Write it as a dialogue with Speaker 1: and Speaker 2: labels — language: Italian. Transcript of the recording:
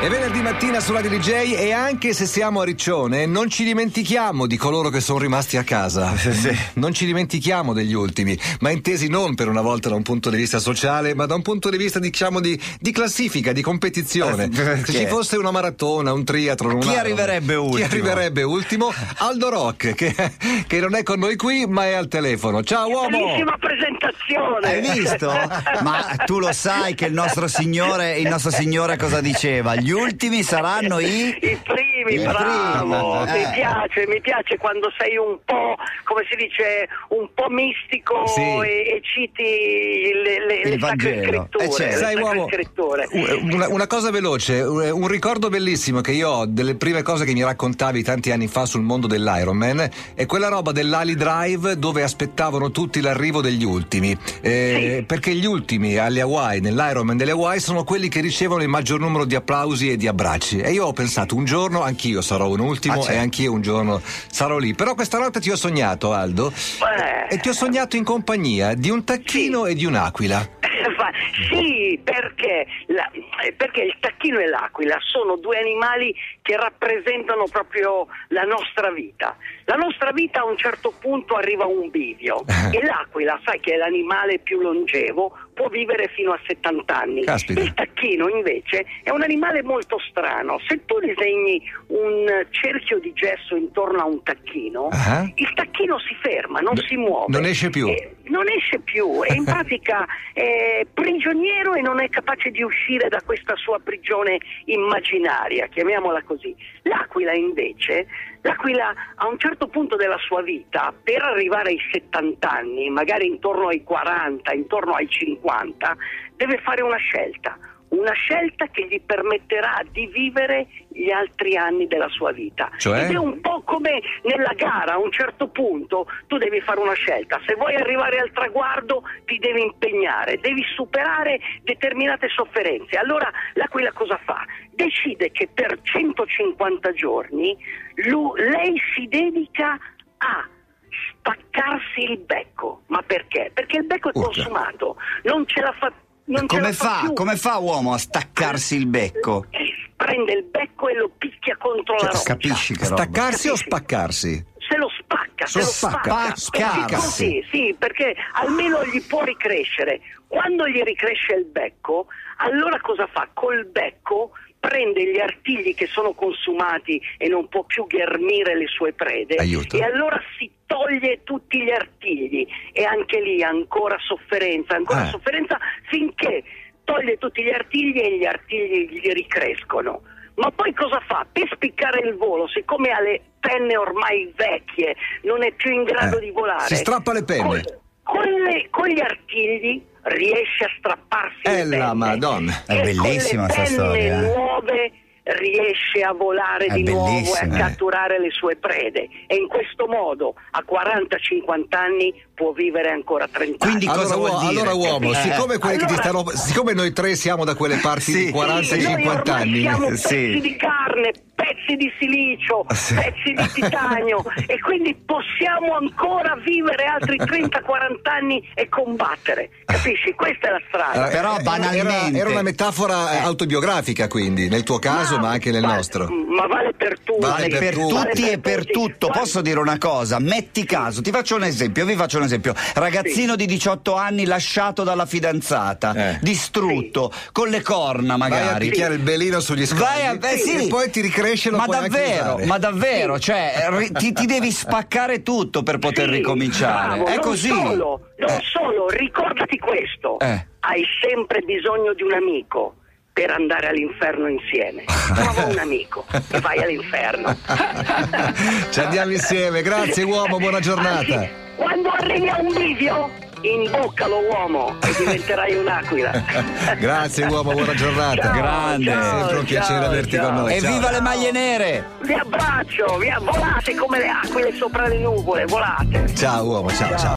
Speaker 1: È venerdì mattina sulla DJ e anche se siamo a Riccione non ci dimentichiamo di coloro che sono rimasti a casa. Non ci dimentichiamo degli ultimi, ma intesi non per una volta da un punto di vista sociale, ma da un punto di vista diciamo di, di classifica, di competizione.
Speaker 2: Eh, Perché?
Speaker 1: Se ci fosse una maratona, un triathlon, un
Speaker 2: Chi
Speaker 1: Ironman,
Speaker 2: arriverebbe
Speaker 1: Chi
Speaker 2: ultimo?
Speaker 1: arriverebbe ultimo? Aldo Rock, che, che non è con noi qui, ma è al telefono. Ciao uomo!
Speaker 3: Bellissima presentazione.
Speaker 2: Hai visto? Ma tu lo sai che il nostro signore, il nostro signore cosa diceva? Gli ultimi saranno i.
Speaker 3: I primi,
Speaker 2: I
Speaker 3: bravo.
Speaker 2: primi, eh.
Speaker 3: Mi piace, mi piace quando sei un po', come si dice, un po' mistico
Speaker 1: Sì.
Speaker 3: e, e citi le, le,
Speaker 2: Il
Speaker 3: le sacre
Speaker 2: Vangelo.
Speaker 3: scritture.
Speaker 2: Eh, certo.
Speaker 3: le
Speaker 1: Sai
Speaker 3: sacre
Speaker 1: uomo,
Speaker 3: scritture.
Speaker 1: u- Eh, una, una cosa veloce, u- un ricordo bellissimo che io ho delle prime cose che mi raccontavi tanti anni fa sul mondo dell'Ironman è quella roba dell'Ali Drive dove aspettavano tutti l'arrivo degli ultimi, Eh, perché gli ultimi alle Hawaii, nell'Ironman delle Hawaii, sono quelli che ricevono il maggior numero di applausi e di abbracci. E io ho pensato un giorno anch'io sarò un ultimo
Speaker 2: Ah,
Speaker 1: e
Speaker 2: certo.
Speaker 1: anch'io un giorno sarò lì. Però questa notte ti ho sognato, Aldo,
Speaker 3: Eh.
Speaker 1: e ti ho sognato in compagnia di un tacchino e di un'aquila.
Speaker 3: Fa- sì, perché, la- eh, perché il tacchino e l'aquila sono due animali che rappresentano proprio la nostra vita. La nostra vita a un certo punto arriva a un bivio e l'aquila, sai che è l'animale più longevo, può vivere fino a 70 anni.
Speaker 1: Caspita.
Speaker 3: Il tacchino invece è un animale molto strano. Se tu disegni un cerchio di gesso intorno a un tacchino,
Speaker 1: Ah.
Speaker 3: il tacchino si ferma, non
Speaker 1: No-
Speaker 3: si muove.
Speaker 1: non esce più.
Speaker 3: E- Eh, non esce più, è in pratica eh, prigioniero e non è capace di uscire da questa sua prigione immaginaria, chiamiamola così. L'aquila invece, l'aquila a un certo punto della sua vita, per arrivare ai 70 anni, magari intorno ai 40, intorno ai 50, deve fare una scelta. Una scelta che gli permetterà di vivere gli altri anni della sua vita.
Speaker 1: Cioè?
Speaker 2: eh?
Speaker 3: Ed è un po' come nella gara, a un certo punto tu devi fare una scelta. Se vuoi arrivare al traguardo ti devi impegnare, devi superare determinate sofferenze. Allora l'Aquila cosa fa? Decide che per 150 giorni lu- lei si dedica a spaccarsi il becco. Ma perché? Perché il becco è
Speaker 1: Urca.
Speaker 3: consumato, non ce la fa non ce
Speaker 2: Come
Speaker 3: la fa,
Speaker 2: fa?
Speaker 3: più. Eh,
Speaker 2: Come fa uomo a staccarsi il becco?
Speaker 3: Prende il becco e lo picchia contro la
Speaker 2: Cioè,
Speaker 3: roccia.
Speaker 2: capisci che roba?
Speaker 1: Staccarsi o
Speaker 3: Sì, sì.
Speaker 1: spaccarsi?
Speaker 3: se lo spacca, se
Speaker 1: Lo
Speaker 3: lo
Speaker 1: spacca,
Speaker 3: spacca,
Speaker 2: spaccarsi.
Speaker 3: Perché così, sì, perché almeno gli può ricrescere. Quando gli ricresce il becco, allora cosa fa? Col becco prende gli artigli che sono consumati e non può più ghermire le sue prede
Speaker 1: Aiuto.
Speaker 3: e allora si toglie tutti gli artigli e anche lì ancora sofferenza, ancora
Speaker 1: Eh.
Speaker 3: sofferenza finché toglie tutti gli artigli e gli artigli gli ricrescono. Ma poi cosa fa? Per spiccare il volo, siccome ha le penne ormai vecchie, non è più in grado
Speaker 1: Eh,
Speaker 3: di volare.
Speaker 1: si strappa le penne.
Speaker 3: Con, con le- con gli artigli riesce a strapparsi le
Speaker 1: Eh, la
Speaker 3: penne.
Speaker 1: Madonna.
Speaker 2: È
Speaker 3: E
Speaker 2: bellissima
Speaker 3: con
Speaker 2: sta
Speaker 3: le
Speaker 2: storia,
Speaker 3: penne
Speaker 2: eh.
Speaker 3: nuove riesce a volare
Speaker 2: È
Speaker 3: di nuovo e a
Speaker 2: bellissima, eh.
Speaker 3: catturare le sue prede. E in questo modo, a 40-50 anni, può vivere ancora 30 anni.
Speaker 2: Quindi
Speaker 1: Allora,
Speaker 2: cosa vuol
Speaker 1: uo-
Speaker 2: dire?
Speaker 1: allora, uomo,
Speaker 2: Eh.
Speaker 1: siccome, quelli che ti
Speaker 3: Allora-
Speaker 1: stanno, siccome noi tre siamo da quelle parti
Speaker 2: Sì.
Speaker 1: di
Speaker 3: Sì, noi
Speaker 1: 40-50
Speaker 3: ormai
Speaker 1: anni,
Speaker 3: Siamo
Speaker 2: eh,
Speaker 3: pezzi
Speaker 2: sì.
Speaker 3: di carne, pezzi di silicio,
Speaker 2: Sì.
Speaker 3: pezzi di titanio e quindi possiamo ancora vivere altri 30-40 anni e combattere. Capisci? Questa è la strada.
Speaker 1: eh,
Speaker 2: però
Speaker 1: era- era,
Speaker 2: banalmente-
Speaker 1: era una metafora eh, autobiografica, quindi nel tuo caso, ma, anche nel
Speaker 3: vale-
Speaker 1: nostro.
Speaker 3: Ma vale per tutti.
Speaker 1: Vale
Speaker 2: Vale per, tutti e per tutto.
Speaker 3: Vale-
Speaker 2: Posso dire una cosa? Metti caso, ti faccio un esempio, vi faccio un esempio. Ragazzino di 18 anni lasciato dalla fidanzata,
Speaker 1: Eh.
Speaker 2: distrutto, con le corna
Speaker 1: Vai
Speaker 2: magari.
Speaker 1: a picchiare il belino sugli scogli
Speaker 2: Vai a- eh, sì.
Speaker 1: e poi ti ricresce e lo
Speaker 2: ma
Speaker 1: puoi anche
Speaker 2: davvero,
Speaker 1: usare.
Speaker 2: ma davvero, cioè ri- ti, ti devi spaccare tutto per poter
Speaker 3: Sì,
Speaker 2: ricominciare.
Speaker 3: bravo,
Speaker 2: È
Speaker 3: non
Speaker 2: così.
Speaker 3: Solo, non
Speaker 1: Eh.
Speaker 3: solo, ricordati questo:
Speaker 2: Eh.
Speaker 3: hai sempre bisogno di un amico per andare all'inferno insieme. Trova un amico e vai all'inferno.
Speaker 1: Ci andiamo insieme, grazie uomo, buona giornata.
Speaker 3: Anzi, quando arrivi a un bivio, imboccalo uomo e diventerai un'aquila.
Speaker 1: Grazie uomo, buona giornata.
Speaker 3: Ciao,
Speaker 2: Grande.
Speaker 3: ciao,
Speaker 1: Sempre un piacere
Speaker 3: ciao,
Speaker 1: averti
Speaker 3: ciao.
Speaker 1: con noi.
Speaker 2: E
Speaker 1: Ciao.
Speaker 2: viva le maglie nere!
Speaker 3: Vi abbraccio, vi volate come le aquile sopra le nuvole, volate.
Speaker 1: Ciao uomo, ciao ciao.